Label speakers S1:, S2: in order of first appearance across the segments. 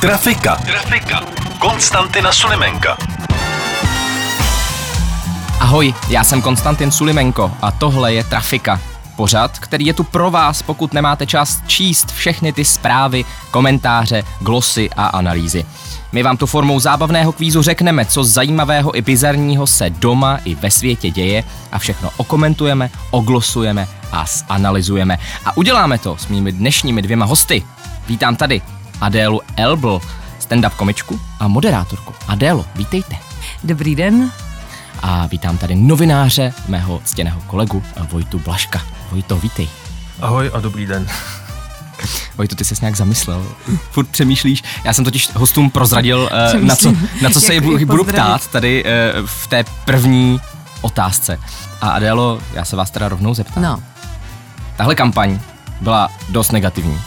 S1: Trafika. Trafika. Konstantina Sulimenka.
S2: Ahoj, já jsem Konstantin Sulimenko a tohle je Trafika. Pořad, který je tu pro vás, pokud nemáte čas číst všechny ty zprávy, komentáře, glosy a analýzy. My vám tu formou zábavného kvízu řekneme, co zajímavého i bizarního se doma i ve světě děje a všechno okomentujeme, oglosujeme a zanalizujeme. A uděláme to s mými dnešními dvěma hosty. Vítám tady Adélu Elbl, stand-up komičku a moderátorku. Adélo, vítejte.
S3: Dobrý den.
S2: A vítám tady novináře, mého ctěného kolegu Vojtu Blaška. Vojto, vítej.
S4: Ahoj a dobrý den.
S2: Vojto, ty jsi nějak zamyslel. Furt přemýšlíš. Já jsem totiž hostům prozradil, eh, na co, na co se je
S3: Jak
S2: budu
S3: je
S2: budu
S3: pozdravit.
S2: ptát tady eh, v té první otázce. A Adélo, já se vás teda rovnou zeptám.
S3: No,
S2: Tahle kampaň byla dost negativní.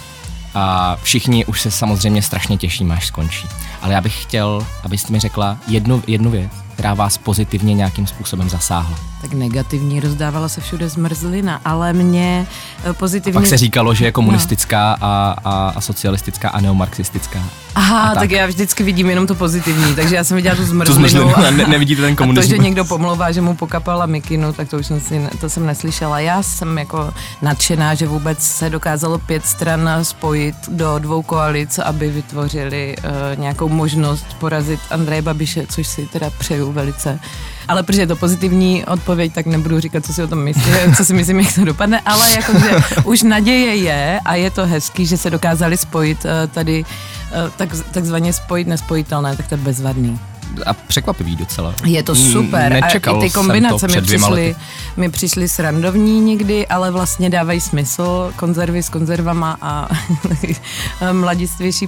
S2: A všichni už se samozřejmě strašně těšíme, až skončí. Ale já bych chtěl, abyste mi řekla jednu, jednu věc, která vás pozitivně nějakým způsobem zasáhla.
S3: tak negativní, rozdávala se všude zmrzlina, ale mě eh, pozitivně...
S2: Pak se říkalo, že je komunistická
S3: No.
S2: a, a, a socialistická a neomarxistická.
S3: Aha,
S2: a
S3: tak.
S2: tak.
S3: já vždycky vidím jenom to pozitivní, takže já jsem viděla tu
S2: Tu
S3: zmrzlinu.
S2: zmyslím,
S3: a-
S2: ne, nevidíte ten
S3: no. A to,
S2: komunismus.
S3: že někdo pomlouvá, že mu pokapala mikinu, tak to už jsem si, ne- to jsem neslyšela. Já jsem jako nadšená, že vůbec se dokázalo pět stran spojit do dvou koalic, aby vytvořili uh, nějakou možnost porazit Andreje Babiše, což si teda přeju velice. Ale protože je to pozitivní odpověď, tak nebudu říkat, co si o tom myslím, co si myslím, jak to dopadne, ale jakože už naděje je a je to hezký, že se dokázali spojit eh, tady, eh, tak, takzvaně spojit nespojitelné, tak to je bezvadný.
S2: A překvapivý docela.
S3: Je to
S2: Mm,
S3: super.
S2: Nečekal
S3: a i ty
S2: jsem to
S3: kombinace mi
S2: před dvěma
S3: přišly,
S2: lety.
S3: mi přišly srandovní někdy, ale vlastně dávají smysl. Konzervy s konzervama a mladistvější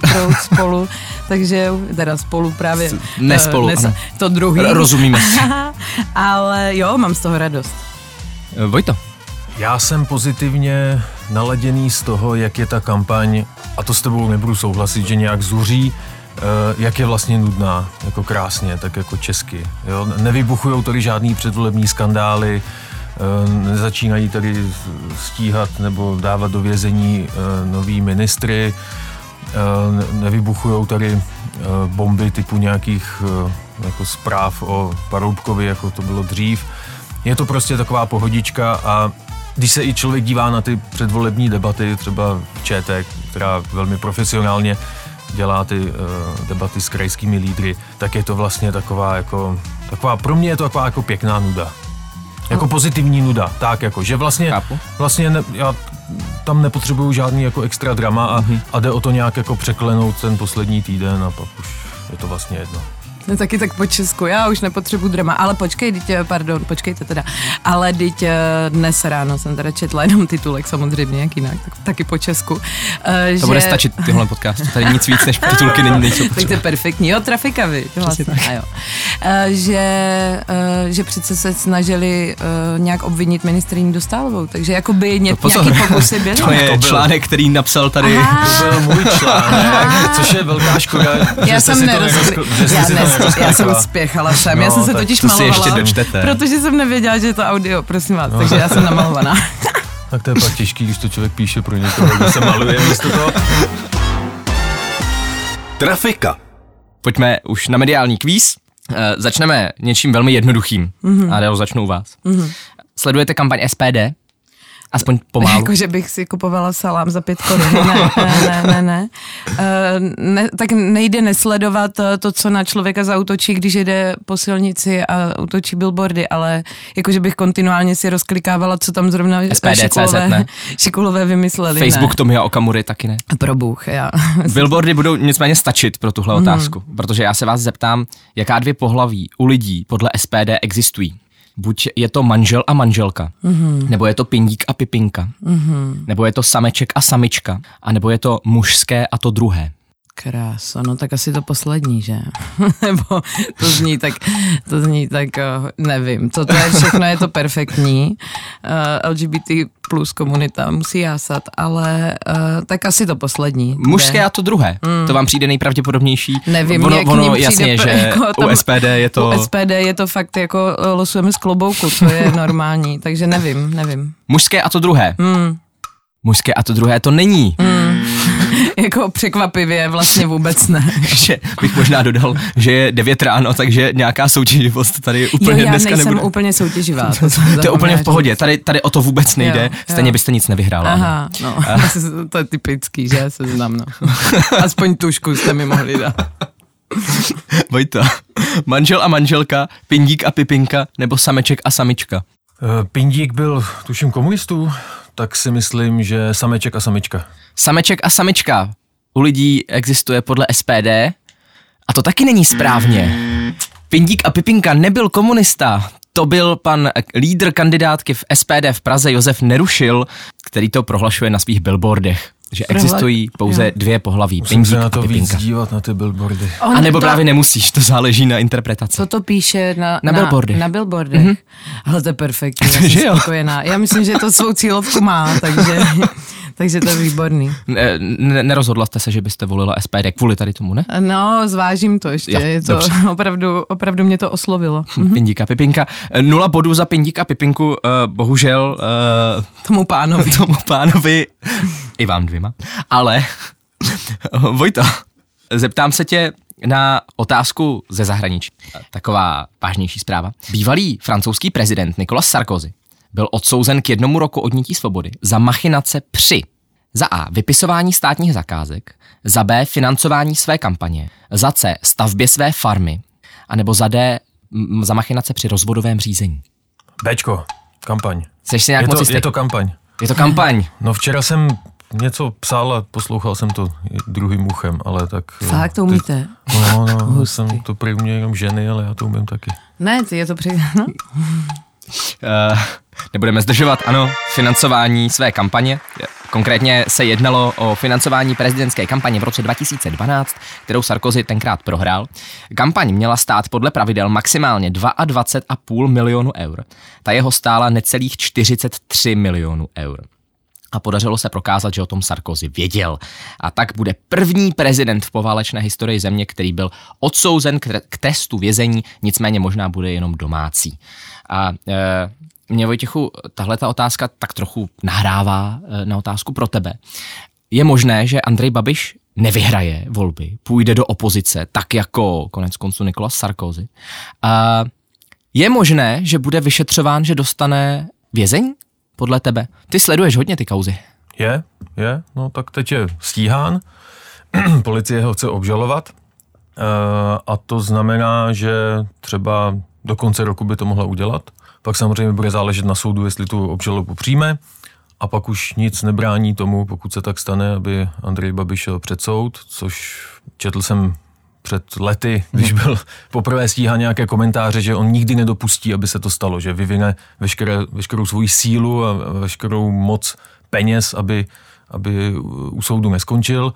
S3: proud spolu. Takže teda spolu právě.
S2: S- ne
S3: eh,
S2: spolu, ano.
S3: to druhý.
S2: R- rozumíme si.
S3: ale jo, mám z toho radost.
S2: Eh, Vojto,
S4: Já jsem pozitivně naladěný z toho, jak je ta kampaň, a to s tebou nebudu souhlasit, že nějak zuří, eh, jak je vlastně nudná, jako krásně, tak jako česky. Jo? Nevybuchujou tady žádný předvolební skandály, eh, nezačínají tady stíhat nebo dávat do vězení eh, nový ministry, eh, nevybuchují tady eh, bomby typu nějakých eh, jako zpráv o Paroubkovi, jako to bylo dřív. Je to prostě taková pohodička a když se i člověk dívá na ty předvolební debaty, třeba ČT, která velmi profesionálně dělá ty eh, debaty s krajskými lídry, tak je to vlastně taková jako, taková, pro mě je to taková jako pěkná nuda.
S3: No.
S4: Jako pozitivní nuda, tak jako, že vlastně,
S2: Chápu.
S4: vlastně ne, já tam nepotřebuju žádný jako extra drama a,
S3: Mhm.
S4: mm-hmm. a jde o to nějak jako překlenout ten poslední týden a pak už je to vlastně jedno.
S3: No taky tak po Česku, já už nepotřebuji drama, ale počkej, teď, eh, pardon, počkejte teda, ale teď eh, dnes ráno jsem teda četla jenom titulek samozřejmě, jak jinak, tak, taky po Česku. eh,
S2: to bude stačit tyhle podcastu. Tady nic víc než titulky není nejsou
S3: Tak to je
S2: potřeba.
S3: perfektní, jo, trafika vy. Vlastně, a jo. Eh, Že, eh, že přece se snažili eh, nějak obvinit ministriní Dostálovou, takže jakoby ně,
S2: pozor.
S3: nějaký pokusy byly.
S2: To je
S4: To byl.
S2: článek, který napsal tady.
S3: Aha.
S4: To byl můj článek, což je velká škoda, že
S3: Já
S4: jste
S3: jsem
S4: si to
S3: nerozkli...
S4: nerozkl- že jste
S3: já,
S4: si to
S3: ne, já jsem
S4: nerozklikla.
S3: spěchala všem, já
S4: No,
S3: jsem se
S4: tak
S3: totiž
S2: to si
S3: malovala.
S2: ještě dočtete.
S3: Protože jsem nevěděla, že je to audio, prosím vás, takže já jsem namalovaná.
S4: Tak to je pak těžký, když to člověk píše pro někoho, kdo se maluje místo toho.
S1: Trafika.
S2: Pojďme už na mediální kvíz. Eh, Začneme něčím velmi jednoduchým.
S3: Mhm.
S2: Mm-hmm. A Adel, začnu u vás. Mm-hmm. Sledujete kampaň SPD? Aspoň pomalu.
S3: Jako, že bych si kupovala salám za pět korun. Ne, ne, ne, ne. ne. Eh, ne tak nejde nesledovat eh, to, co na člověka zautočí, když jede po silnici a útočí billboardy, ale jakože bych kontinuálně si rozklikávala, co tam zrovna
S2: SPD, CZ, ne?
S3: šikulové, šikulové vymysleli.
S2: Facebook
S3: ne.
S2: Tomia Okamury taky ne.
S3: Pro Bůh, já.
S2: Billboardy budou nicméně stačit pro tuhle
S3: Mhm.
S2: otázku, protože já se vás zeptám, jaká dvě pohlaví u lidí podle SPD existují. Buď je to manžel a manželka,
S3: Mhm.
S2: nebo je to pindík a pipinka, nebo je to sameček a samička, a nebo je to mužské a to druhé.
S3: Krása, no tak asi to poslední, že? Nebo to zní tak, to zní tak, uh, nevím, co to je všechno, je to perfektní. Uh, LGBT plus komunita musí jásat, ale uh, tak asi to poslední.
S2: Mužské a to druhé. Mm. To vám přijde nejpravděpodobnější.
S3: Nevím,
S2: ono,
S3: jak
S2: ono
S3: ním přijde
S2: jasně,
S3: pr-
S2: že
S3: jako tam-
S2: u SPD je to...
S3: U SPD je to fakt jako eh, losujeme z klobouku, co je normální, takže nevím, nevím.
S2: Mužské a to druhé. Mm. Mužské a to druhé to není. Mm.
S3: Jako překvapivě vlastně vůbec ne.
S2: Že bych možná dodal, že je 9 ráno, takže nějaká soutěživost tady
S3: Jo,
S2: úplně
S3: já
S2: dneska
S3: nejsem
S2: nebude.
S3: úplně soutěživá. To,
S2: to je úplně v pohodě, tady, tady o to vůbec nejde,
S3: Jo,
S2: jo, stejně
S3: jo.
S2: byste nic nevyhrála. Aha.
S3: Aha, no, to je typický, že se znám, no. Aspoň tušku jste mi mohli dát.
S2: Vojta, manžel a manželka, pindík a pipinka, nebo sameček a samička.
S4: Eh, Pindík byl, tuším, komunistů, tak si myslím, že sameček a samička.
S2: Sameček a samička u lidí existuje podle SPD a to taky není správně. Pindík a Pipinka nebyl komunista, to byl pan lídr kandidátky v SPD v Praze Josef Nerušil, který to prohlašuje na svých billboardech, že existují pouze dvě pohlaví,
S4: Musím
S2: Pindík
S4: se na
S2: a
S3: jako
S4: to víc
S2: Pipinka.
S4: dívat, na ty billboardy.
S2: A nebo právě nemusíš, to záleží na interpretaci.
S3: Co to píše na,
S2: Na billboardech. Mhm.
S3: Na billboardech. Mm-hmm. Ale to je perfektní, já
S2: Že jo?
S3: jsem spokojená. Já myslím, že to svou cílovku má, takže, takže to je výborný.
S2: Ne, ne, nerozhodla jste se, že byste volila SPD kvůli tady tomu, ne?
S3: No, zvážím to ještě,
S2: Jo,
S3: je to
S2: dobře.
S3: opravdu, opravdu mě to oslovilo.
S2: Pindík a Pipinka. Eh, Nula bodů za Pindík a Pipinku, eh, bohužel eh,
S3: Tomu pánovi.
S2: tomu pánovi, i vám dvěma, ale Vojta, zeptám se tě na otázku ze zahraničí. Taková vážnější zpráva. Bývalý francouzský prezident Nicolas Sarkozy byl odsouzen k jednomu roku odnětí svobody za machinace při za A. Vypisování státních zakázek, za B. Financování své kampaně, za C. Stavbě své farmy, anebo za D. M- za machinace při rozvodovém řízení.
S4: Bčko, kampaň.
S2: Seš si nějak
S4: Je
S2: moc
S4: to,
S2: jistý?
S4: je to kampaň.
S2: je to kampaň.
S4: No včera jsem něco psal a poslouchal jsem to i druhým uchem, ale tak... eh,
S3: Fakt to
S4: ty-
S3: umíte?
S4: No, no, já
S3: Hustý.
S4: jsem to prý uměl jenom ženy, ale já to umím taky.
S3: Ne, ty je to při... No.
S2: Eh, nebudeme zdržovat, ano, financování své kampaně. Konkrétně se jednalo o financování prezidentské kampaně v roce 2012, kterou Sarkozy tenkrát prohrál. Kampaň měla stát podle pravidel maximálně 22,5 milionu eur. Ta jeho stála necelých 43 milionů eur a podařilo se prokázat, že o tom Sarkozy věděl. A tak bude první prezident v poválečné historii země, který byl odsouzen k, tre- k testu vězení, nicméně možná bude jenom domácí. A e, mě, Vojtěchu, tahle ta otázka tak trochu nahrává e, na otázku pro tebe. Je možné, že Andrej Babiš nevyhraje volby, půjde do opozice, tak jako konec konců Nikolas Sarkozy. A je možné, že bude vyšetřován, že dostane vězení? Podle tebe. Ty sleduješ hodně ty kauzy.
S4: Je, je, no tak teď je stíhán, policie ho chce obžalovat eh, a to znamená, že třeba do konce roku by to mohla udělat. Pak samozřejmě bude záležet na soudu, jestli tu obžalobu přijme a pak už nic nebrání tomu, pokud se tak stane, aby Andrej Babiš šel před soud, což četl jsem před lety, když byl poprvé stíhán nějaké komentáře, že on nikdy nedopustí, aby se to stalo, že vyvine veškeré, veškerou svoji sílu a veškerou moc peněz, aby, aby u soudu neskončil.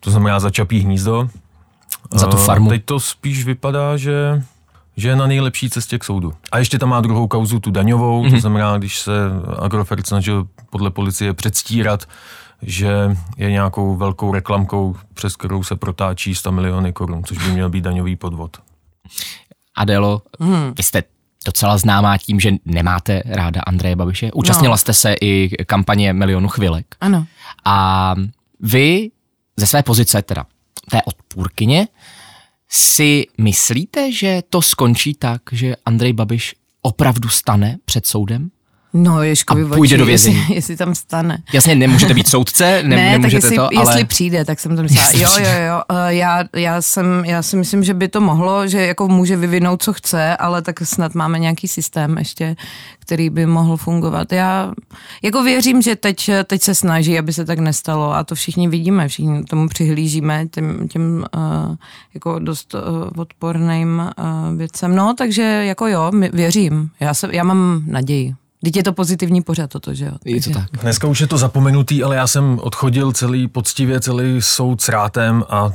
S4: To znamená za čapí hnízdo.
S2: Za tu
S4: Eh,
S2: farmu.
S4: Teď to spíš vypadá, že, že je na nejlepší cestě k soudu. A ještě tam má druhou kauzu, tu daňovou,
S2: Mhm.
S4: to znamená, když se Agrofert snažil podle policie předstírat, že je nějakou velkou reklamkou, přes kterou se protáčí 100 miliony korun, což by měl být daňový podvod.
S2: Adelo, hmm. vy jste docela známá tím, že nemáte ráda Andreje Babiše. Účastnila no.
S3: No.
S2: jste se i kampaně Milionu chvilek.
S3: Ano.
S2: A vy ze své pozice, teda té odpůrkyně, si myslíte, že to skončí tak, že Andrej Babiš opravdu stane před soudem?
S3: No, Ješkovi
S2: A půjde do vězení.
S3: Jestli, jestli tam stane.
S2: Jasně, nemůžete být soudce, ne,
S3: ne, tak
S2: nemůžete
S3: jestli,
S2: to, ale...
S3: jestli přijde, tak jsem to myslela.
S2: Jestli
S3: Jo, jo,
S2: přijde.
S3: jo, eh, já, já, jsem, já si myslím, že by to mohlo, že jako může vyvinout, co chce, ale tak snad máme nějaký systém ještě, který by mohl fungovat. Já jako věřím, že teď, teď se snaží, aby se tak nestalo a to všichni vidíme, všichni tomu přihlížíme, těm, těm eh, jako dost eh, odporným eh, věcem. No, takže jako jo, my- věřím. Já, se, já mám naději. Teď je to pozitivní pořad toto, že jo?
S2: Je to
S3: Takže-
S2: tak.
S4: Dneska už je to zapomenutý, ale já jsem odchodil celý poctivě, celý soud s rátem a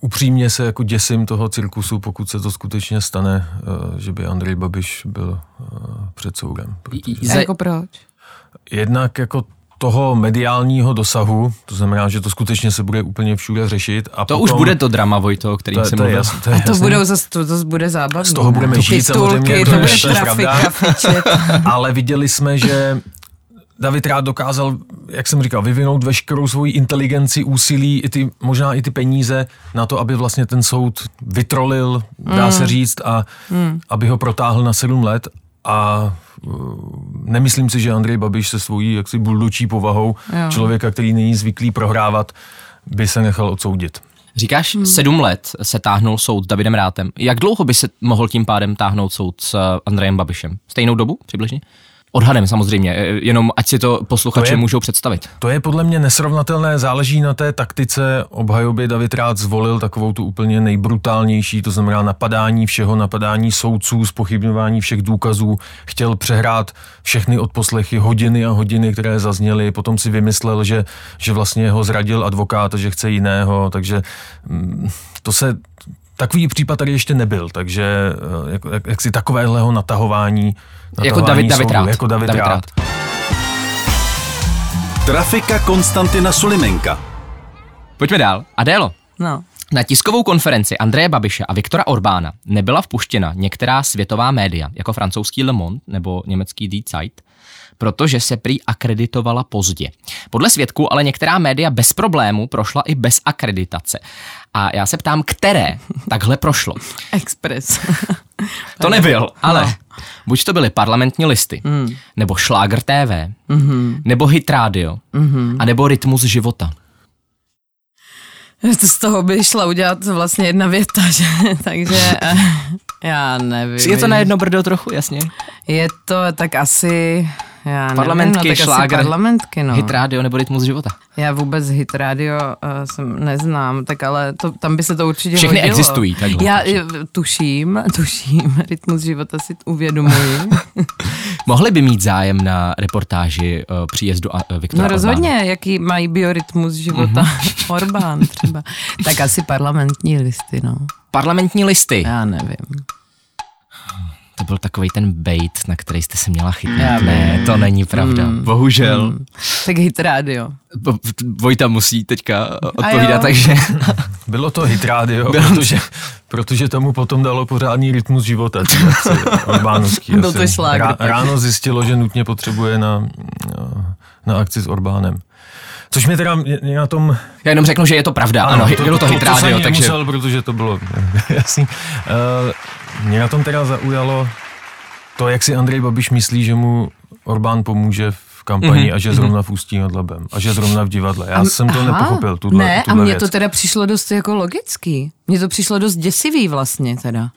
S4: upřímně se jako děsím toho cirkusu, pokud se to skutečně stane, eh, že by Andrej Babiš byl eh, před soudem. Protože
S3: A jako proč?
S4: Jednak jako toho mediálního dosahu, to znamená, že to skutečně se bude úplně všude řešit. A
S2: To
S4: potom,
S2: už bude to drama, Vojto, o kterým
S4: to,
S2: jsem
S4: to, je
S2: mluvil.
S4: jasný, to je
S3: To
S4: jasný.
S3: budou zase, to, to bude zábavné.
S4: Z toho budeme žít samozřejmě,
S3: Titulky,
S4: to
S3: to
S4: je-
S3: bude
S4: to je pravda.
S3: trafika, fičet.
S4: Ale viděli jsme, že David Rád dokázal, jak jsem říkal, vyvinout veškerou svoji inteligenci, úsilí, i ty, možná i ty peníze na to, aby vlastně ten soud vytrolil, dá se říct, a aby ho protáhl na sedm let. A uh, nemyslím si, že Andrej Babiš se svojí jaksi buldočí povahou
S3: Jo.
S4: člověka, který není zvyklý prohrávat, by se nechal odsoudit.
S2: Říkáš, sedm let se táhnul soud s Davidem Rátem. Jak dlouho by se mohl tím pádem táhnout soud s eh, Andrejem Babišem? Stejnou dobu přibližně? Odhadem samozřejmě, eh, jenom ať si to posluchači
S4: To je-
S2: můžou představit.
S4: To je podle mě nesrovnatelné, záleží na té taktice obhajoby. David Rád zvolil takovou tu úplně nejbrutálnější, to znamená napadání všeho, napadání soudců, spochybňování všech důkazů. Chtěl přehrát všechny odposlechy, hodiny a hodiny, které zazněly. Potom si vymyslel, že, že vlastně ho zradil advokát, a že chce jiného, takže mm, to se... Takový případ tady ještě nebyl, takže eh, jako, jak, jak si takovéhleho natahování, natahování
S2: Jako David, David
S4: soudu,
S2: Rád.
S4: Jako David, David Rád.
S1: Trafika Konstantina Sulimenka.
S2: Pojďme dál. Adélo,
S3: No.
S2: na tiskovou konferenci Andreje Babiše a Viktora Orbána nebyla vpuštěna některá světová média, jako francouzský Le Monde nebo německý Die Zeit, protože se prý akreditovala pozdě. Podle svědků ale některá média bez problému prošla i bez akreditace. A já se ptám, které takhle prošlo.
S3: Express.
S2: To nebyl, ale buď to byly parlamentní listy, nebo Šláger TV, nebo Hit Radio, a nebo Rytmus života.
S3: To z toho by šla udělat vlastně jedna věta, že? Takže eh, já nevím.
S2: Je to na jedno brdo trochu, jasně.
S3: Je to tak asi... Já
S2: Parlamentky,
S3: nevím, no, tak
S2: šlágr,
S3: Asi parlamentky, no.
S2: Hit Radio nebo Rytmus života.
S3: Já vůbec hit radio uh, jsem neznám, tak ale to, tam by se to určitě
S2: Všechny
S3: hodilo.
S2: existují, takhle.
S3: Já eh, tuším, tuším, rytmus života si uvědomuji.
S2: Mohli by mít zájem na reportáži uh, příjezdu a, uh, Viktora
S3: No rozhodně, jaký mají biorytmus života.
S4: Mhm.
S3: Orbán třeba. Tak asi parlamentní listy, no.
S2: Orbána. Parlamentní listy.
S3: Já nevím.
S2: To byl takový ten bait, na který jste se měla chytnout. Ne, to není pravda.
S3: Hmm.
S2: Bohužel.
S3: Tak hit radio.
S2: Bo- Vojta musí teďka eh,
S3: A
S2: odpovídat,
S3: jo.
S2: takže...
S4: Bylo to hit rádio, protože, protože tomu potom dalo pořádný rytmus života. ty akce Orbánovský.
S3: Byl
S4: asi.
S3: to šlágr.
S4: Rá, ráno zjistilo, že nutně potřebuje na, na akci s Orbánem. Což mě teda mě, mě na tom...
S2: Já jenom řeknu, že je to pravda. Ano, ano bylo to, hit
S4: to jsem
S2: radio, takže...
S4: nemusel, protože to bylo jasný. Eh, Mě na tom teda zaujalo to, jak si Andrej Babiš myslí, že mu Orbán pomůže v kampani mm-hmm, a že zrovna v Ústí nad Labem a že zrovna v divadle. Já jsem to
S3: Mhm, Aha,
S4: nepochopil, tuhle,
S3: Ne,
S4: tuhle
S3: a mně
S4: věc.
S3: to teda přišlo dost jako logický. Mně to přišlo dost děsivý vlastně teda.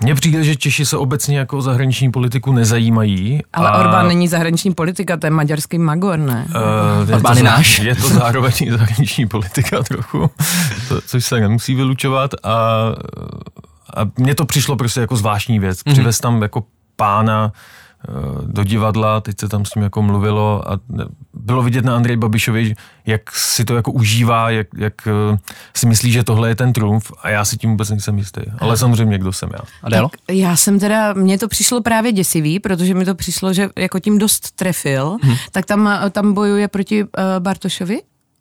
S4: Mně přijde, že Češi se obecně jako o zahraniční politiku nezajímají.
S3: Ale
S4: a,
S3: Orbán není zahraniční politika, to je maďarský magor, ne?
S4: Uh,
S2: Orbán je náš.
S4: Je to zároveň i zahraniční politika trochu, to, což se nemusí vylučovat. A, a mně to přišlo prostě jako zvláštní věc.
S2: Mhm.
S4: Přivez tam jako pána eh, do divadla, teď se tam s ním jako mluvilo a ne- bylo vidět na Andrej Babišovi, jak si to jako užívá, jak, jak eh, si myslí, že tohle je ten trumf a já si tím vůbec nejsem jistý. Ale samozřejmě, kdo jsem já.
S2: Adélo?
S3: Tak já jsem teda, mně to přišlo právě děsivý, protože mi to přišlo, že jako tím dost trefil,
S2: Mhm.
S3: hmm. tak tam, tam bojuje proti uh, Bartošovi.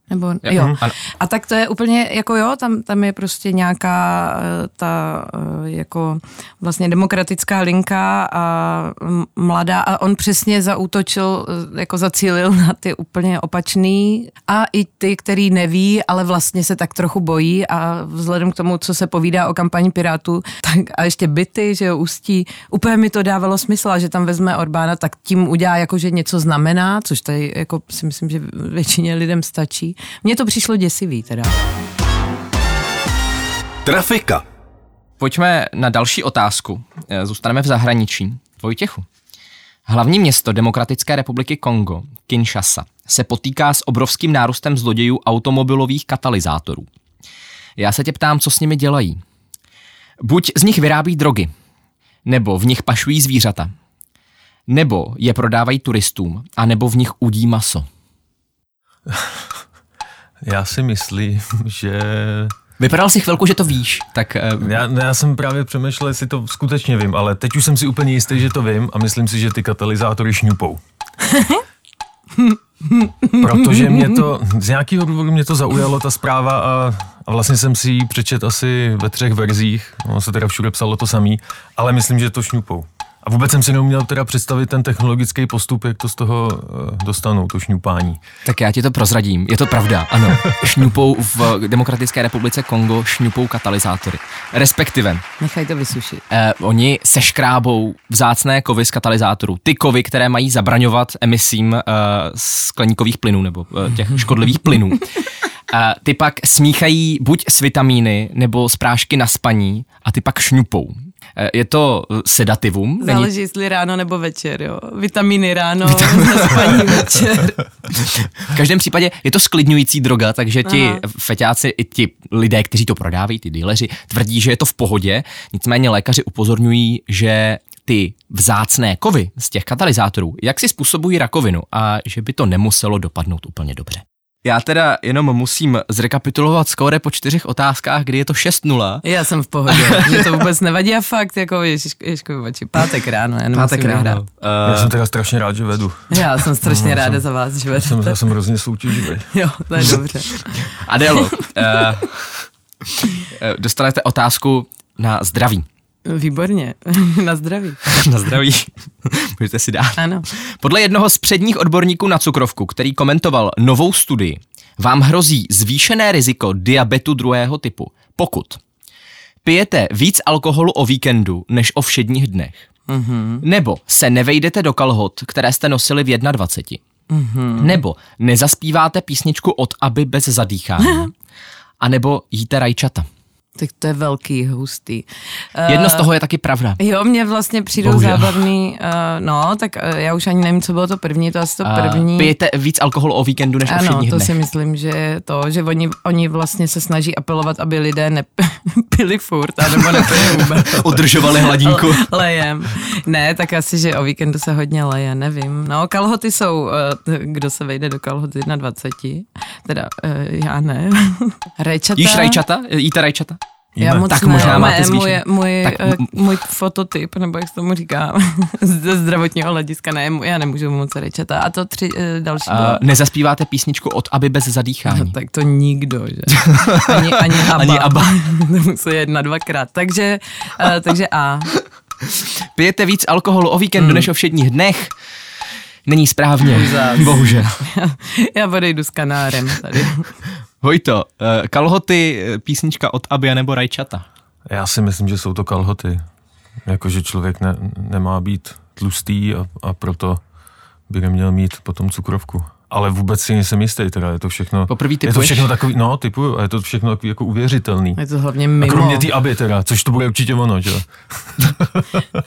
S3: Nebo,
S2: Jo,
S3: jo.
S2: mhm, ano.
S3: A tak to je úplně, jako jo, tam, tam je prostě nějaká eh, ta eh, jako vlastně demokratická linka a mm, mladá a on přesně zautočil, eh, jako zacílil na ty úplně opačný a i ty, který neví, ale vlastně se tak trochu bojí a vzhledem k tomu, co se povídá o kampani Pirátů, tak a ještě byty, že jo, ústí, úplně mi to dávalo smysl a že tam vezme Orbána, tak tím udělá jako, že něco znamená, což tady jako si myslím, že většině lidem stačí. Mně to přišlo děsivý teda.
S1: Trafika.
S2: Pojďme na další otázku. Eh, Zůstaneme v zahraničí. Vojtěchu. Hlavní město Demokratické republiky Kongo, Kinshasa, se potýká s obrovským nárůstem zlodějů automobilových katalyzátorů. Já se tě ptám, co s nimi dělají. Buď z nich vyrábí drogy, nebo v nich pašují zvířata, nebo je prodávají turistům, a nebo v nich udí maso.
S4: Já si myslím, že...
S2: Vypadal si chvilku, že to víš, tak eh,
S4: Já, já jsem právě přemýšlel, jestli to skutečně vím, ale teď už jsem si úplně jistý, že to vím a myslím si, že ty katalyzátory šňupou. Protože mě to, z nějakého důvodu mě to zaujalo, ta zpráva a, a vlastně jsem si ji přečet asi ve třech verzích, ono se teda všude psalo to samý, ale myslím, že to šňupou. A vůbec jsem si neuměl teda představit ten technologický postup, jak to z toho eh, dostanou, to šňupání.
S2: Tak já ti to prozradím, je to pravda, ano. Šňupou v Demokratické republice Kongo šňupou katalyzátory. Respektive,
S3: Nechaj to vysušit.
S2: eh, oni seškrábou vzácné kovy z katalyzátorů. Ty kovy, které mají zabraňovat emisím eh, skleníkových plynů nebo eh, těch škodlivých plynů. Eh, ty pak smíchají buď s vitamíny nebo z prášky na spaní a ty pak šňupou. Eh, je to eh, sedativum, není
S3: Záleží, jestli ráno nebo večer, jo. Vitamíny ráno, spaní večer.
S2: V každém případě je to sklidňující droga, takže ti Aha. feťáci i ti lidé, kteří to prodávají, ty dealeři, tvrdí, že je to v pohodě. Nicméně lékaři upozorňují, že ty vzácné kovy z těch katalyzátorů, jak si způsobují rakovinu a že by to nemuselo dopadnout úplně dobře. Já teda jenom musím zrekapitulovat skóre po čtyřech otázkách, kdy je to 6-0.
S3: Já jsem v pohodě, že to vůbec nevadí a fakt, jako ježiš, ježkovi oči, pátek ráno, já nemusím vyhrát.
S4: Uh, já jsem teda strašně rád, že vedu.
S3: Já jsem strašně ráda za vás, že
S4: Já
S3: vedete.
S4: jsem, já jsem hrozně soutěživý.
S3: Jo, to je dobře.
S2: Adelo, eh, eh, dostanete otázku na zdraví.
S3: Výborně, na zdraví.
S2: Na zdraví. Můžete si dát.
S3: Ano.
S2: Podle jednoho z předních odborníků na cukrovku, který komentoval novou studii, vám hrozí zvýšené riziko diabetu druhého typu, pokud pijete víc alkoholu o víkendu než o všedních dnech,
S3: Mhm.
S2: mm-hmm. nebo se nevejdete do kalhot, které jste nosili v 21, mm-hmm.
S3: Mhm.
S2: nebo nezaspíváte písničku od Aby bez zadýchání, a nebo jíte rajčata.
S3: Tak to je velký, hustý. Eh,
S2: Jedno z toho je taky pravda.
S3: Jo, mě vlastně přijdou
S2: Bohužel.
S3: zábavný, uh, no, tak uh, já už ani nevím, co bylo to první, to asi to
S2: A
S3: první.
S2: Eh, Pijete víc alkoholu o víkendu než o
S3: Ano,
S2: všedních
S3: to
S2: dnech.
S3: si myslím, že je to, že oni, oni vlastně se snaží apelovat, aby lidé nepili furt, anebo nepili vůbec.
S2: Udržovali hladinku.
S3: L- Lejem. Ne, tak asi, že o víkendu se hodně leje, nevím. No, kalhoty jsou, eh, t- kdo se vejde do kalhot 21, teda eh, já ne. Rajčata.
S2: Jíš rajčata? Jíte rajčata?
S3: Já
S4: Jíme.
S3: moc
S2: Tak
S3: ne,
S2: možná
S3: ale
S2: máte zvýšený.
S3: můj, můj,
S2: Tak
S3: tak,
S2: m- m-
S3: můj fototyp, nebo jak se tomu říká, ze zdravotního hlediska, ne, mu- já nemůžu moc rečeta. A to tři eh, další
S2: A
S3: bylo.
S2: nezaspíváte písničku od Aby bez
S3: No,
S2: zadýchání.
S3: tak to nikdo, že? Ani, ani ABBA.
S2: Ani ABBA.
S3: to se jedna, dvakrát. Takže, eh, takže A.
S2: Pijete víc alkoholu o víkendu než o všedních dnech? Není správně. Bohužel.
S3: Já odejdu s kanárem tady.
S2: Vojto, eh, kalhoty, eh, písnička od Aby nebo Rajčata.
S4: Já si myslím, že jsou to kalhoty. Jakože člověk ne, nemá být tlustý a, a proto by neměl mít potom cukrovku. Ale vůbec si nejsem jistý, teda je to všechno...
S2: Poprvé
S4: je to
S2: typuješ?
S4: všechno takový, no typuju, a je to všechno takový jako uvěřitelný.
S3: Je to hlavně
S4: A
S3: mimo.
S4: kromě té aby teda, což to bude určitě ono, že? jo?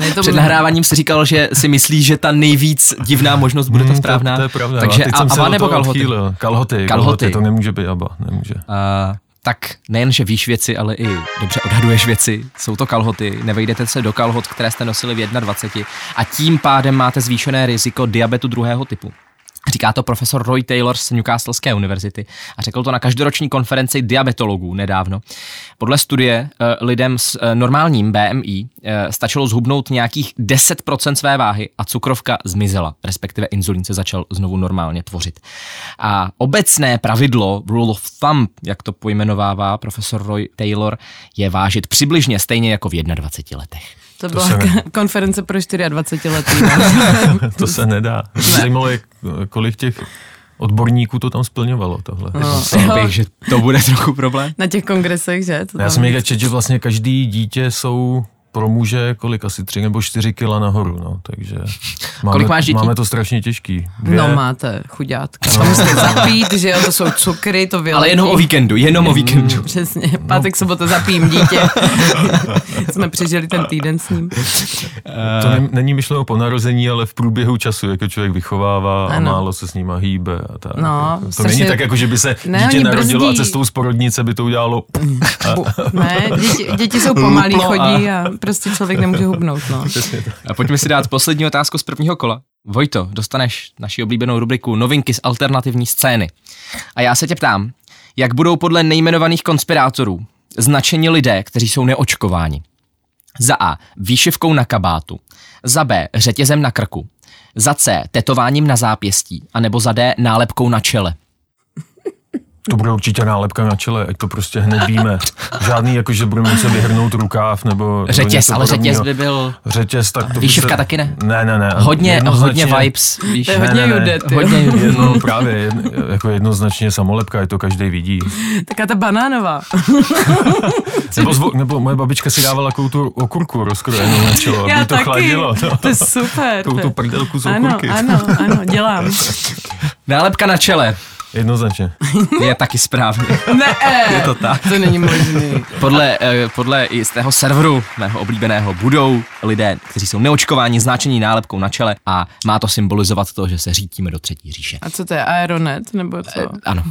S3: Ne, to
S2: Před
S3: bylo-
S2: nahráváním si říkal, že si myslí, že ta nejvíc divná možnost bude ta
S4: Hmm,
S2: správná.
S4: To, to je pravda.
S2: Takže
S4: a teď
S2: a,
S4: jsem se
S2: Aba
S4: do
S2: nebo
S4: toho
S2: kalhoty.
S4: odchýlil. Kalhoty, kalhoty.
S2: Kalhoty.
S4: Kalhoty, to nemůže být aba, nemůže.
S2: A, tak nejen, že víš věci, ale i dobře odhaduješ věci. Jsou to kalhoty, nevejdete se do kalhot, které jste nosili v 21 a tím pádem máte zvýšené riziko diabetu druhého typu. Říká to profesor Roy Taylor z Newcastleské univerzity a řekl to na každoroční konferenci diabetologů nedávno. Podle studie eh, lidem s eh, normálním BMI eh, stačilo zhubnout nějakých 10% své váhy a cukrovka zmizela, respektive inzulín se začal znovu normálně tvořit. A obecné pravidlo, rule of thumb, jak to pojmenovává profesor Roy Taylor, je vážit přibližně stejně jako v 21 letech.
S3: to byla
S4: se ne.
S3: konference pro 24 letý.
S4: to se nedá. Mě Zajímalo, jak, kolik těch odborníků to tam splňovalo, tohle.
S3: No.
S2: Myslel bych, že to bude trochu problém.
S3: Na těch kongresech, že? To
S4: Já
S3: tam-
S4: jsem někde četl, že vlastně každý dítě jsou pro muže kolik asi tři nebo čtyři kila nahoru, no, takže máme,
S2: Kolik máš dětí?
S4: máme to strašně těžký. Dvě,
S3: No máte, chudátka. To musíte zapít, že jo, to jsou cukry, to vyletí.
S2: Ale jenom o víkendu, jenom o víkendu.
S3: Přesně, pátek, sobota zapím dítě. Jsme přežili ten týden s ním.
S4: to ne, není myšleno po narození, ale v průběhu času, jako člověk vychovává a
S3: Ano.
S4: málo se s nima hýbe a tak.
S3: No,
S4: Jako to
S3: strašně-
S4: není tak, jako že by se
S3: Ne,
S4: dítě
S3: oni
S4: narodilo
S3: brzdí.
S4: a cestou z porodnice by to udělalo.
S3: Bu- Ne, děti, děti jsou pomalí,
S2: Luplo a-
S3: chodí a prostě člověk nemůže hubnout, no.
S2: A pojďme si dát poslední otázku z prvního kola. Vojto, dostaneš naši oblíbenou rubriku Novinky z alternativní scény. A já se tě ptám, jak budou podle nejmenovaných konspirátorů značeni lidé, kteří jsou neočkováni? Za A. Výšivkou na kabátu. Za B. Řetězem na krku. Za C. Tetováním na zápěstí. A nebo za D. Nálepkou na čele.
S4: To bude určitě nálepka na čele, ať to prostě hned víme. Žádný, jako že budeme muset vyhrnout rukáv nebo... nebo
S2: Řetěz,
S4: něco
S2: ale řetěz
S4: podobného.
S2: by byl...
S4: Řetěz, tak to
S2: Výšivka
S4: by se-
S2: taky ne?
S4: Ne, ne, ne.
S2: Hodně, hodně
S4: Jednoznačně-
S2: vibes, víš.
S3: To je hodně Judy, ty.
S2: Hodně Judy.
S4: Jedno, no, právě, jedno, jako jednoznačně samolepka, je to každý vidí.
S3: Taká ta banánová.
S4: Nebo, zvo, nebo moje babička si dávala takovou tu okurku rozkrojenou na čelo, aby to chladilo. no.
S3: To je super.
S4: Tou tu prdelku z
S3: ano,
S4: okurky.
S3: ano, ano, dělám.
S2: Nálepka na čele
S4: Jednoznačně.
S2: je taky správně.
S3: Ne, je to, tak. to není možný.
S2: Podle, eh, podle jistého serveru mého oblíbeného budou lidé, kteří jsou neočkováni, značení nálepkou na čele a má to symbolizovat to, že se řítíme do třetí říše. Eh,
S3: A co to je, Aeronet, nebo co?
S2: Ano,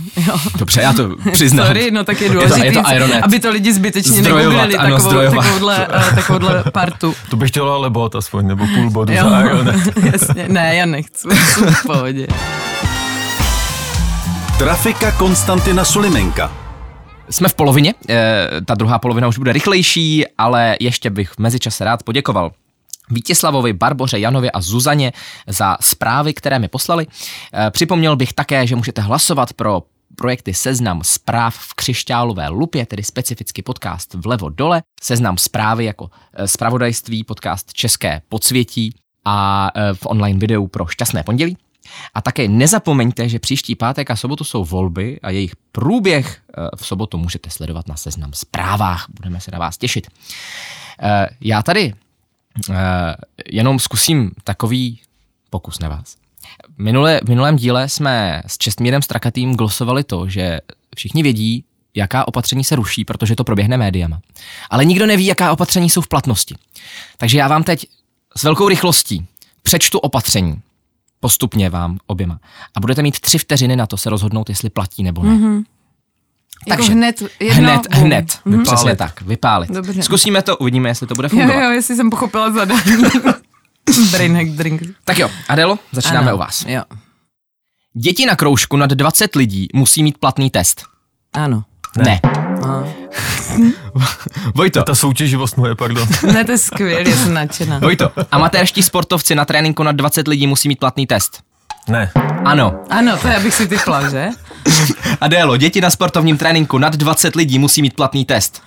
S2: dobře, já to přiznám.
S3: Sorry, no tak je
S2: to- je to
S3: důležitý,
S2: Aeronet.
S3: aby to lidi zbytečně
S2: Zdrojovat,
S3: negooglili
S2: ano,
S3: takovou,
S2: zdrojovat.
S3: takovouhle, eh, takovouhle partu.
S4: To bych chtěla ale bod aspoň, nebo půl bodu
S3: Jo,
S4: za Ironet.
S3: jasně, ne, já nechci, v pohodě.
S1: Trafika Konstantina Sulimenka.
S2: Jsme v polovině, eh, ta druhá polovina už bude rychlejší, ale ještě bych v mezičase rád poděkoval. Vítěslavovi, Barboře, Janovi a Zuzaně za zprávy, které mi poslali. Eh, Připomněl bych také, že můžete hlasovat pro projekty Seznam zpráv v křišťálové lupě, tedy specificky podcast vlevo dole, Seznam zprávy jako eh, spravodajství, podcast České podsvětí a eh, v online videu pro šťastné pondělí. A také nezapomeňte, že příští pátek a sobotu jsou volby a jejich průběh eh, v sobotu můžete sledovat na seznam zprávách. Budeme se na vás těšit. Eh, Já tady eh, jenom zkusím takový pokus na vás. Minule, v minulém díle jsme s Čestmírem Strakatým glosovali to, že všichni vědí, jaká opatření se ruší, protože to proběhne médiama. Ale nikdo neví, jaká opatření jsou v platnosti. Takže já vám teď s velkou rychlostí přečtu opatření postupně vám oběma. A budete mít tři vteřiny na to se rozhodnout, jestli platí nebo ne.
S3: Mhm.
S2: Mm-hmm.
S3: Jako
S2: Takže
S3: hned, jedno,
S2: hned,
S3: bum.
S2: hned. Mm-hmm. Přesně
S4: Vypálit.
S2: tak, vypálit.
S3: Mhm. Dobře.
S2: Zkusíme to, uvidíme, jestli to bude
S3: Jo,
S2: fungovat.
S3: jo, jestli jsem pochopila zadání. Brain hack drink.
S2: Tak jo, Adelo, začínáme
S3: Ano,
S2: u vás.
S3: Jo,
S2: Děti na kroužku nad 20 lidí musí mít platný test.
S3: ano. No.
S2: Ne. ne.
S3: A.
S2: Vojto,
S4: Ta soutěživost moje, pardon.
S3: Ne, to je skvělé, jsem nadšená.
S2: Vojto, amatérští sportovci na tréninku nad 20 lidí musí mít platný test.
S4: Ne,
S2: Ano.
S3: Ano, to já bych si typla, že?
S2: Adélo, děti na sportovním tréninku nad 20 lidí musí mít platný test.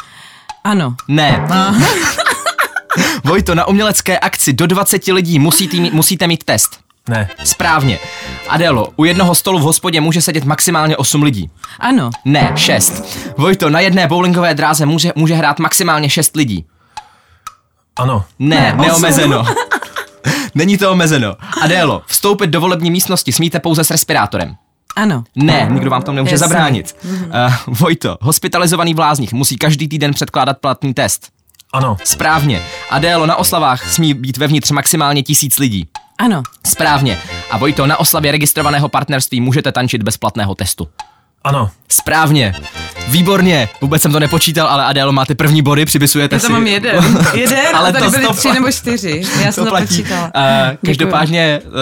S3: Ano.
S2: Ne.
S3: A.
S2: Vojto, na umělecké akci do 20 lidí musíte mít, musíte mít test.
S4: ne,
S2: Správně. Adélo, u jednoho stolu v hospodě může sedět maximálně 8 lidí.
S3: Ano,
S2: Ne, 6. Vojto, na jedné bowlingové dráze může, může hrát maximálně 6 lidí.
S4: ano,
S2: Ne,
S3: Ne,
S2: neomezeno. Není to omezeno. Adélo, vstoupit do volební místnosti smíte pouze s respirátorem.
S3: ano.
S2: Ne, nikdo vám v tom nemůže
S3: Jasně. Mhm.
S2: zabránit. Uh, Vojto, hospitalizovaný v lázních musí každý týden předkládat platný test.
S4: ano,
S2: Správně. Adélo, na oslavách smí být vevnitř maximálně tisíc lidí.
S3: Ano,
S2: Správně. A Vojto, na oslavě registrovaného partnerství můžete tančit bez platného testu.
S4: ano.
S2: Správně. Výborně. Vůbec jsem to nepočítal, ale Adélo, máte první body, připisujete
S3: já
S2: si.
S3: tam mám jeden. Jeden,
S2: Ale
S3: ale tady
S2: to
S3: byly
S2: stop-
S3: tři nebo čtyři. Já jsem to počítala.
S2: Uh,
S3: Děkuju.
S2: každopádně uh,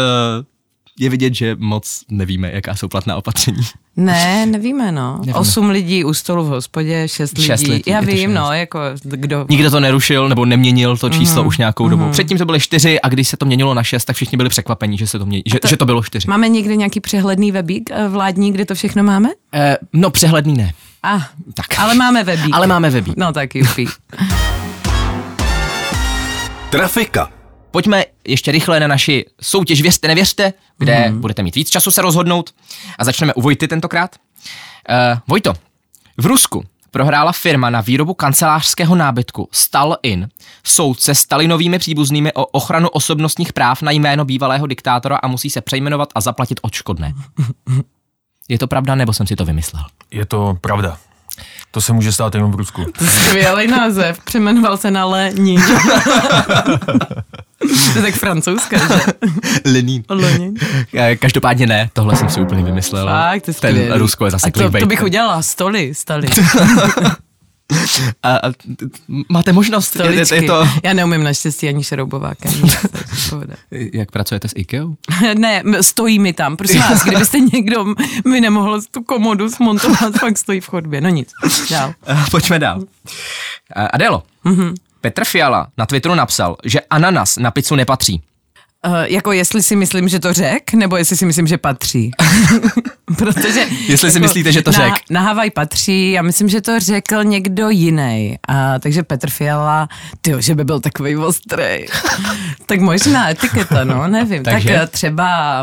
S2: je vidět, že moc nevíme, jaká jsou platná opatření.
S3: Ne, nevíme, no. Osm lidí u stolu v hospodě, šest lidí.
S2: Šest lidí,
S3: já
S2: je to
S3: vím,
S2: šest.
S3: no, jako kdo...
S2: Nikdo to nerušil nebo neměnil to
S3: Mhm.
S2: číslo už nějakou dobu. Předtím to byly čtyři a když se to měnilo na šest, tak všichni byli překvapeni, že, se to, mění, že, to... že to bylo čtyři.
S3: Máme někde nějaký přehledný webík eh, vládní, kde to všechno máme?
S2: Uh, no přehledný ne.
S3: Ah,
S2: Tak.
S3: ale máme webík.
S2: Ale máme webík.
S3: No tak jupí.
S1: Trafika.
S2: Pojďme ještě rychle na naši soutěž Věřte, nevěřte, kde mm. budete mít víc času se rozhodnout. A začneme u Vojty tentokrát. Uh, Vojto, v Rusku prohrála firma na výrobu kancelářského nábytku Stal-In soud se Stalinovými příbuznými o ochranu osobnostních práv na jméno bývalého diktátora a musí se přejmenovat a zaplatit odškodné. Je to pravda, nebo jsem si to vymyslel?
S4: Je to pravda. To se může stát jenom v Rusku.
S3: Skvělý název. Přemenoval se na Lenin. to je tak francouzské, že?
S2: Lenin.
S3: Lenin.
S2: Eh, Každopádně ne, tohle jsem si úplně vymyslel.
S3: Fakt, to je
S2: No, Ten
S3: skvělý.
S2: Rusko je zase
S3: A to, to
S2: clickbait.
S3: bych udělala stoly, staly.
S2: A, a, máte možnost. Je, je, je to,
S3: Já neumím naštěstí ani šroubovákem. takže pohoda.
S2: jak pracujete s IKEA?
S3: ne, m- stojí mi tam. Prosím vás, kdybyste někdo m- mi nemohl tu komodu smontovat, pak stojí v chodbě. No nic, dál.
S2: Pojďme dál. A- Adélo,
S3: Mhm.
S2: mm-hmm. Petr Fiala na Twitteru napsal, že ananas na pizzu nepatří.
S3: Uh, jako jestli si myslím, že to řek, nebo jestli si myslím, že patří. Protože,
S2: Jestli si
S3: jako,
S2: myslíte, že to
S3: na,
S2: řek.
S3: Na Havaj patří, já myslím, že to řekl někdo jiný. A, takže Petr Fiala, tyjo, že by byl takový ostrý. tak možná etiketa, no, nevím.
S2: Takže?
S3: Tak eh, třeba,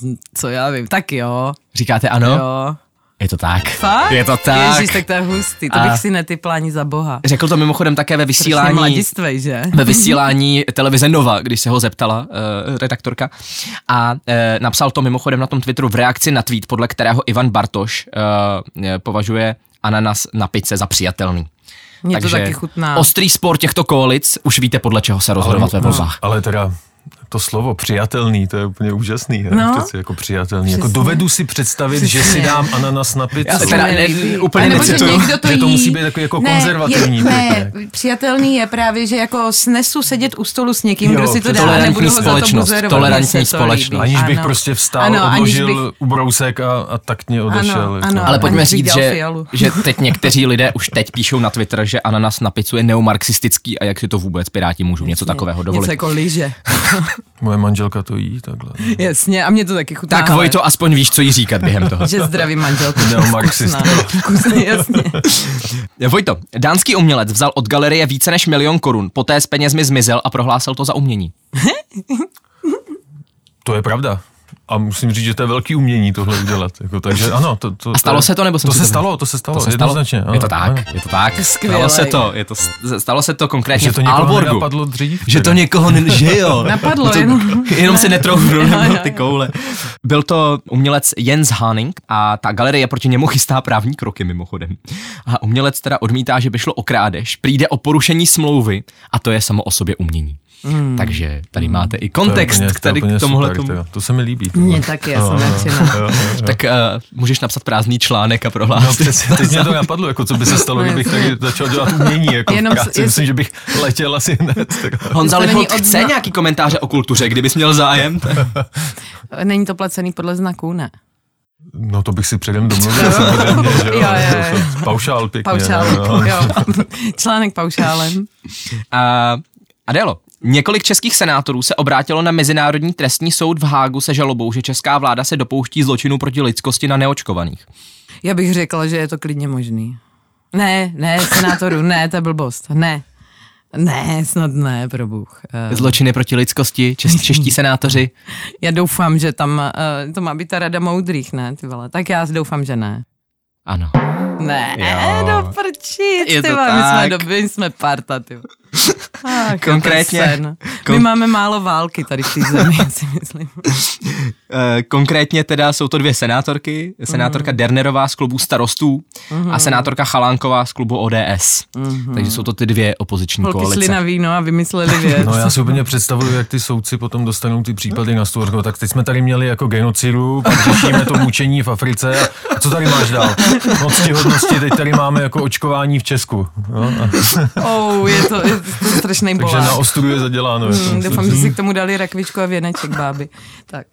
S3: hm, co já vím, tak jo.
S2: Říkáte ano?
S3: jo.
S2: Je to tak.
S3: Fakt?
S2: No. Je to tak.
S3: Ježíš, tak to je hustý, to
S2: A-
S3: A... bych si netypla ani za boha.
S2: Řekl to mimochodem také ve
S3: Strašně
S2: vysílání.
S3: mladistvej, že?
S2: ve vysílání televize Nova, když se ho zeptala uh, redaktorka. A uh, napsal to mimochodem na tom Twitteru v reakci na tweet, podle kterého Ivan Bartoš uh, považuje ananas na pice za přijatelný.
S3: Mně to taky chutná.
S2: Ostrý spor těchto koalic, už víte, podle čeho se rozhodovat ve volbách.
S4: Ale teda to slovo přijatelný, to je úplně úžasný. No.
S3: No.
S4: Přeci jako přijatelný. Jako
S3: Přesně.
S4: dovedu si představit, že si
S3: Přesně.
S4: dám ananas na pizzu.
S2: Já se teda ne, ne, úplně
S3: A nebo, že
S2: necituju.
S3: někdo to
S4: Že to
S3: jí-
S4: musí být takový jako
S3: ne,
S4: konzervativní
S3: Je, ne,
S4: typ,
S3: přijatelný je právě, že jako snesu sedět u stolu s někým,
S4: Jo,
S3: kdo si to dá a
S4: tolerantní
S3: nebudu ho za to
S2: společnost,
S3: buzerovat.
S2: tolerantní
S3: mně se to
S2: společnost.
S3: líbí.
S4: Aniž bych
S3: Ano.
S4: prostě vstal,
S3: Ano,
S4: ano,
S3: aniž
S4: odložil
S3: bych-
S4: bych... ubrousek a, a taktně odešel.
S3: ano,
S4: No.
S2: Ale pojďme
S3: Ani
S2: říct,
S3: viděl
S2: že,
S3: Fialu.
S2: že teď někteří lidé už teď píšou na Twitter, že ananas na pizzu je neomarxistický a jak si to vůbec piráti můžou něco takového
S3: Něco
S2: dovolit.
S3: jako lyže.
S4: Moje manželka to jí takhle. no.
S3: Jasně, a mě to taky chutná.
S2: Tak
S3: ale-
S2: Vojto, aspoň víš, co jí říkat během toho.
S3: Že zdravím manželku.
S4: Neomarxista.
S3: Vkusná, Vkusná, jasně.
S2: Eh, Vojto, dánský umělec vzal od galerie více než milion korun, poté s penězmi zmizel a prohlásil to za umění.
S4: To je pravda. A musím říct, že to je velký umění tohle udělat. Jako, takže ano, to, to,
S2: A stalo
S4: je-
S2: se to, nebo jsem
S4: to
S2: si
S4: se
S2: to-
S4: stalo, to se stalo,
S2: To se stalo?
S4: jednoznačně. Ano,
S2: je to tak,
S4: Ano.
S2: je to tak.
S3: Skvělej.
S2: Stalo se to, je to, s- stalo se to konkrétně
S4: Že to
S2: v
S4: někoho
S2: Alborgu.
S4: nenapadlo dřív.
S2: Že to někoho, ne, že jo.
S3: Napadlo,
S2: to,
S3: jenom-
S2: jenom se
S3: ne.
S2: netroufnul,
S3: Jo,
S2: nebo
S3: jo,
S2: ty
S3: jo.
S2: koule. Byl to umělec Jens Hanning a ta galerie proti němu chystá právní kroky mimochodem. A umělec teda odmítá, že by šlo o krádež, přijde o porušení smlouvy a to je samo o sobě umění.
S3: Hmm.
S2: Mm. Takže tady máte
S4: Hmm.
S2: i
S4: To je
S2: kontext,
S4: úplně- to je
S2: tady
S4: úplně
S2: k tomuhle
S4: super,
S2: tomu.
S4: tyjo. To se mi líbí.
S3: Mně taky, já
S4: No.
S3: jsem nadšená.
S2: Tak uh, můžeš napsat prázdný článek a
S4: No
S2: prohlásit.
S4: přesně, teď mě to napadlo, jako co by se stalo,
S3: No,
S4: kdybych
S3: jasně.
S4: tady začal dělat umění, jako Jenom
S3: Jenom s-
S4: práci.
S3: jest-
S4: Myslím, že bych letěl asi hned. Tak.
S2: Honza
S3: To není
S2: Lipold
S3: od
S2: chce
S3: zna-
S2: nějaký komentáře o kultuře, kdybys měl zájem.
S3: Není to placený podle znaků, ne.
S4: No to bych si předem domluvil, samozřejmě, že jo.
S3: Jo, jo, jo.
S4: Paušál pěkně.
S3: Paušálek,
S4: no, no.
S3: jo. Článek paušálem.
S2: A Adélo, několik českých senátorů se obrátilo na Mezinárodní trestní soud v Hágu se žalobou, že česká vláda se dopouští zločinu proti lidskosti na neočkovaných.
S3: Já bych řekla, že je to klidně možný. Ne, ne, senátoru, ne, to je blbost, ne. Ne, snad ne, probůh. Eh,
S2: Zločiny proti lidskosti, čes, čeští senátoři.
S3: Já doufám, že tam, eh, to má být ta rada moudrých, ne, ty vole. Tak já doufám, že ne.
S2: Ano.
S3: Ne,
S2: Jo.
S3: do prčic,
S2: Je
S3: ty
S2: to
S3: vole, my jsme,
S2: tak.
S3: do, my jsme parta, ty vole. Ach, to je
S2: Konkrétně-
S3: sen. My
S2: kon-
S3: máme málo války tady v té zemi, já si myslím.
S2: E, konkrétně teda jsou to dvě senátorky,
S3: Mhm.
S2: senátorka Dernerová z klubu starostů a senátorka Chalánková z klubu ODS. Takže jsou to ty dvě opoziční
S3: Mhm. Holky šly
S2: koalice.
S3: na víno a vymysleli věc.
S4: No já si úplně představuju, jak ty soudci potom dostanou ty případy na stůl. Řeknou, Tak teď jsme tady měli jako genocidu, pak řešíme to mučení v Africe. A co tady máš dál? No ctihodnosti, teď tady máme jako očkování v Česku. No, a,
S3: Oh, je to, je to strašný
S4: takže na
S3: bolák.
S4: ostudu je zaděláno. jako je to
S3: Hmm,
S4: myslím.
S3: doufám, že si
S2: Mhm.
S3: k tomu dali rakvičku a věneček, báby. Tak.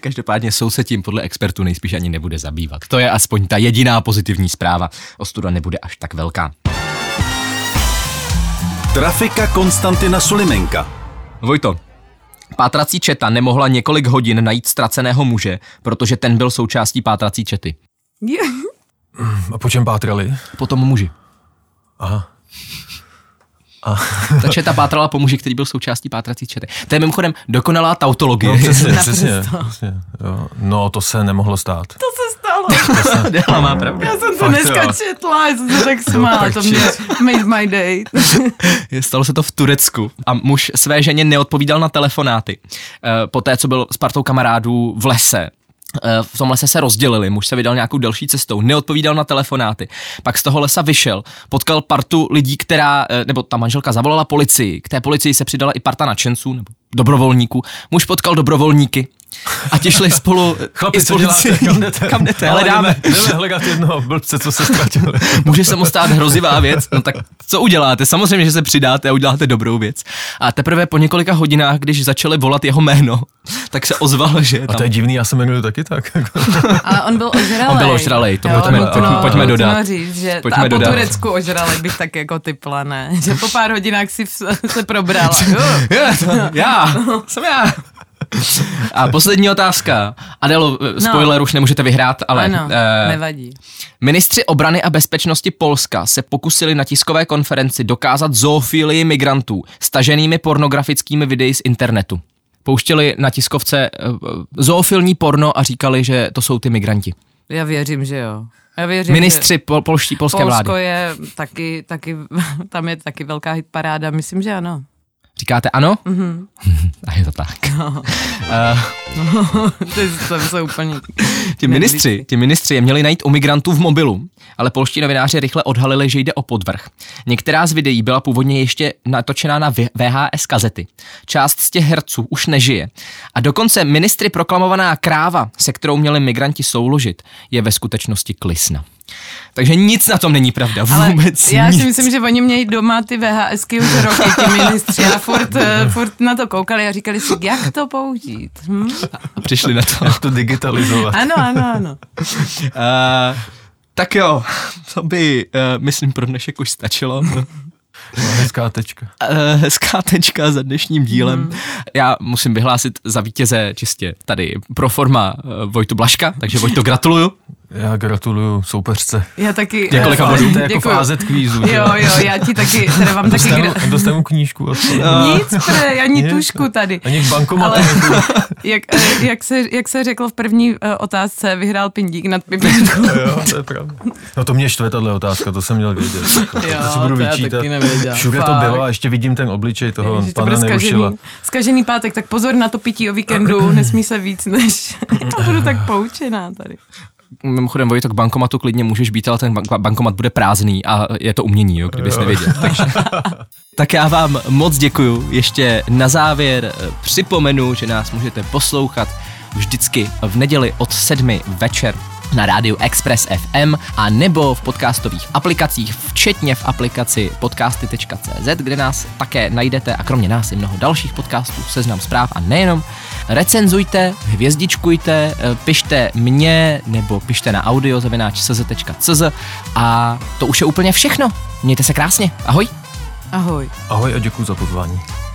S2: Každopádně soud se tím podle expertů nejspíš ani nebude zabývat. To je aspoň ta jediná pozitivní zpráva. Ostuda nebude až tak velká.
S1: Trafika Konstantina Sulimenka.
S2: Vojto, pátrací četa nemohla několik hodin najít ztraceného muže, protože ten byl součástí pátrací čety.
S3: Je,
S4: A po čem pátrali?
S2: Potom muži.
S4: Aha.
S2: Ta četa pátrala po muži, který byl součástí pátrací čety. To je mimochodem dokonalá tautologie.
S4: No přesně,
S3: Naprosto.
S4: přesně. přesně jo. No to se nemohlo stát.
S3: to se stalo.
S2: Adela má pravdu.
S3: Já jsem to
S4: Fakt, jo.
S3: dneska četla, já jsem se tak smála, to mě made my day.
S2: Stalo se to v Turecku a muž své ženě neodpovídal na telefonáty. E, Poté, co byl s partou kamarádů v lese, E, v tom lese se rozdělili, muž se vydal nějakou delší cestou, neodpovídal na telefonáty. Pak z toho lesa vyšel, potkal partu lidí, která, e, nebo ta manželka zavolala policii. K té policii se přidala i parta nadšenců nebo dobrovolníků. Muž potkal dobrovolníky, A ti šli spolu eh,
S4: Chlapi,
S2: i s
S4: co děláte?
S2: policií. Kam jdete? Hledáme.
S4: Jdeme, jdeme hledat jednoho blbce, co se ztratil.
S2: Může se mu stát hrozivá věc, no tak co uděláte? Samozřejmě, že se přidáte a uděláte dobrou věc. A teprve po několika hodinách, když začali volat jeho jméno, tak se ozval, že je
S4: A
S2: tam.
S4: to je divný, já se jmenuji taky tak. jako,
S3: A on byl ožralej.
S2: On byl ožralej, to
S3: Jo,
S2: pojďme-
S3: nutno-
S2: pojďme- pojďme
S3: nutno
S2: dodat.
S3: Říct, že
S2: Pojďme
S3: a po
S2: dodat.
S3: Turecku ožralej bych tak jako typla, ne? Že po pár hodinách si v- se probrala. Jo.
S2: Je, to, já, jsem já. A poslední otázka. Adelo, eh, spoiler no. už nemůžete vyhrát, ale
S3: ano,
S2: eh,
S3: nevadí.
S2: Ministři obrany a bezpečnosti Polska se pokusili na tiskové konferenci dokázat zoofilii migrantů staženými pornografickými videi z internetu. Pouštěli na tiskovce eh, zoofilní porno a říkali, že to jsou ty migranti.
S3: Já věřím, že jo. Já věřím, že...
S2: Ministři pol, polští, polské
S3: Polsko
S2: vlády.
S3: je taky, taky, tam je taky velká hitparáda, myslím, že ano.
S2: Říkáte ano? Mm-hmm.
S3: Mhm.
S2: a je to tak. Eh,
S3: Ty to jsou úplně...
S2: Ti ministři, ti ministři je měli najít u migrantů v mobilu, ale polští novináři rychle odhalili, že jde o podvrh. Některá z videí byla původně ještě natočená na V- VHS kazety. Část z těch herců už nežije. A dokonce ministry proklamovaná kráva, se kterou měli migranti souložit, je ve skutečnosti klisna. Takže nic na tom není pravda,
S3: Ale
S2: vůbec
S3: já
S2: nic.
S3: si myslím, že oni měli doma ty VHSky už roky, ti ministři, a furt, eh, furt na to koukali a říkali si, jak to použít. Hm?
S2: Přišli na to.
S4: to digitalizovat.
S3: Ano, ano, ano.
S2: Uh, tak jo, to by, uh, myslím, pro dnešek už stačilo.
S4: Hezká tečka.
S2: Eh, hezká tečka za dnešním dílem. Mm. Já musím vyhlásit za vítěze čistě tady pro forma eh, Vojtu Blaška, takže Vojto gratuluju.
S4: Já gratuluju soupeřce.
S3: Já taky...
S2: Několika
S3: eh,
S2: bodů.
S4: To je jako
S3: děkuju.
S4: v AZ kvízu. že?
S3: Jo, jo, já ti taky, teda vám taky...
S4: Dostanu,
S3: gra-
S4: dostanu knížku. od toho.
S3: Nic, pre, ani
S4: Nic.
S3: tušku tady.
S4: Ani v bankomatu.
S3: Ale jak, eh, jak, se, jak se řeklo v první eh, otázce, vyhrál pindík nad pipinkou.
S4: Jo, to je pravda. No to mě štve tahle otázka, to jsem měl vědět. Jako,
S3: Jo,
S4: to si budu
S3: to já
S4: vyčítat.
S3: taky nevěděla.
S4: Všude to
S3: Fakt.
S4: bylo a ještě vidím ten obličej toho
S3: Že to
S4: pana
S3: bude
S4: Nerušila.
S3: skažený, skažený pátek, tak pozor na to pití o víkendu, nesmí se víc než... to budu tak poučená tady.
S2: Mimochodem, Vojto, k bankomatu klidně můžeš být, ale ten bank- bankomat bude prázdný a je to umění, jo, kdybys nevěděl. Takže. tak já vám moc děkuju. Ještě na závěr eh, připomenu, že nás můžete poslouchat vždycky v neděli od sedmi večer na rádiu Express FM a nebo v podcastových aplikacích, včetně v aplikaci podcasty.cz, kde nás také najdete a kromě nás i mnoho dalších podcastů, seznam zpráv a nejenom. Recenzujte, hvězdičkujte, eh, pište mě nebo pište na audio.cz a to už je úplně všechno. Mějte se krásně. Ahoj.
S3: Ahoj.
S4: Ahoj a děkuji za pozvání.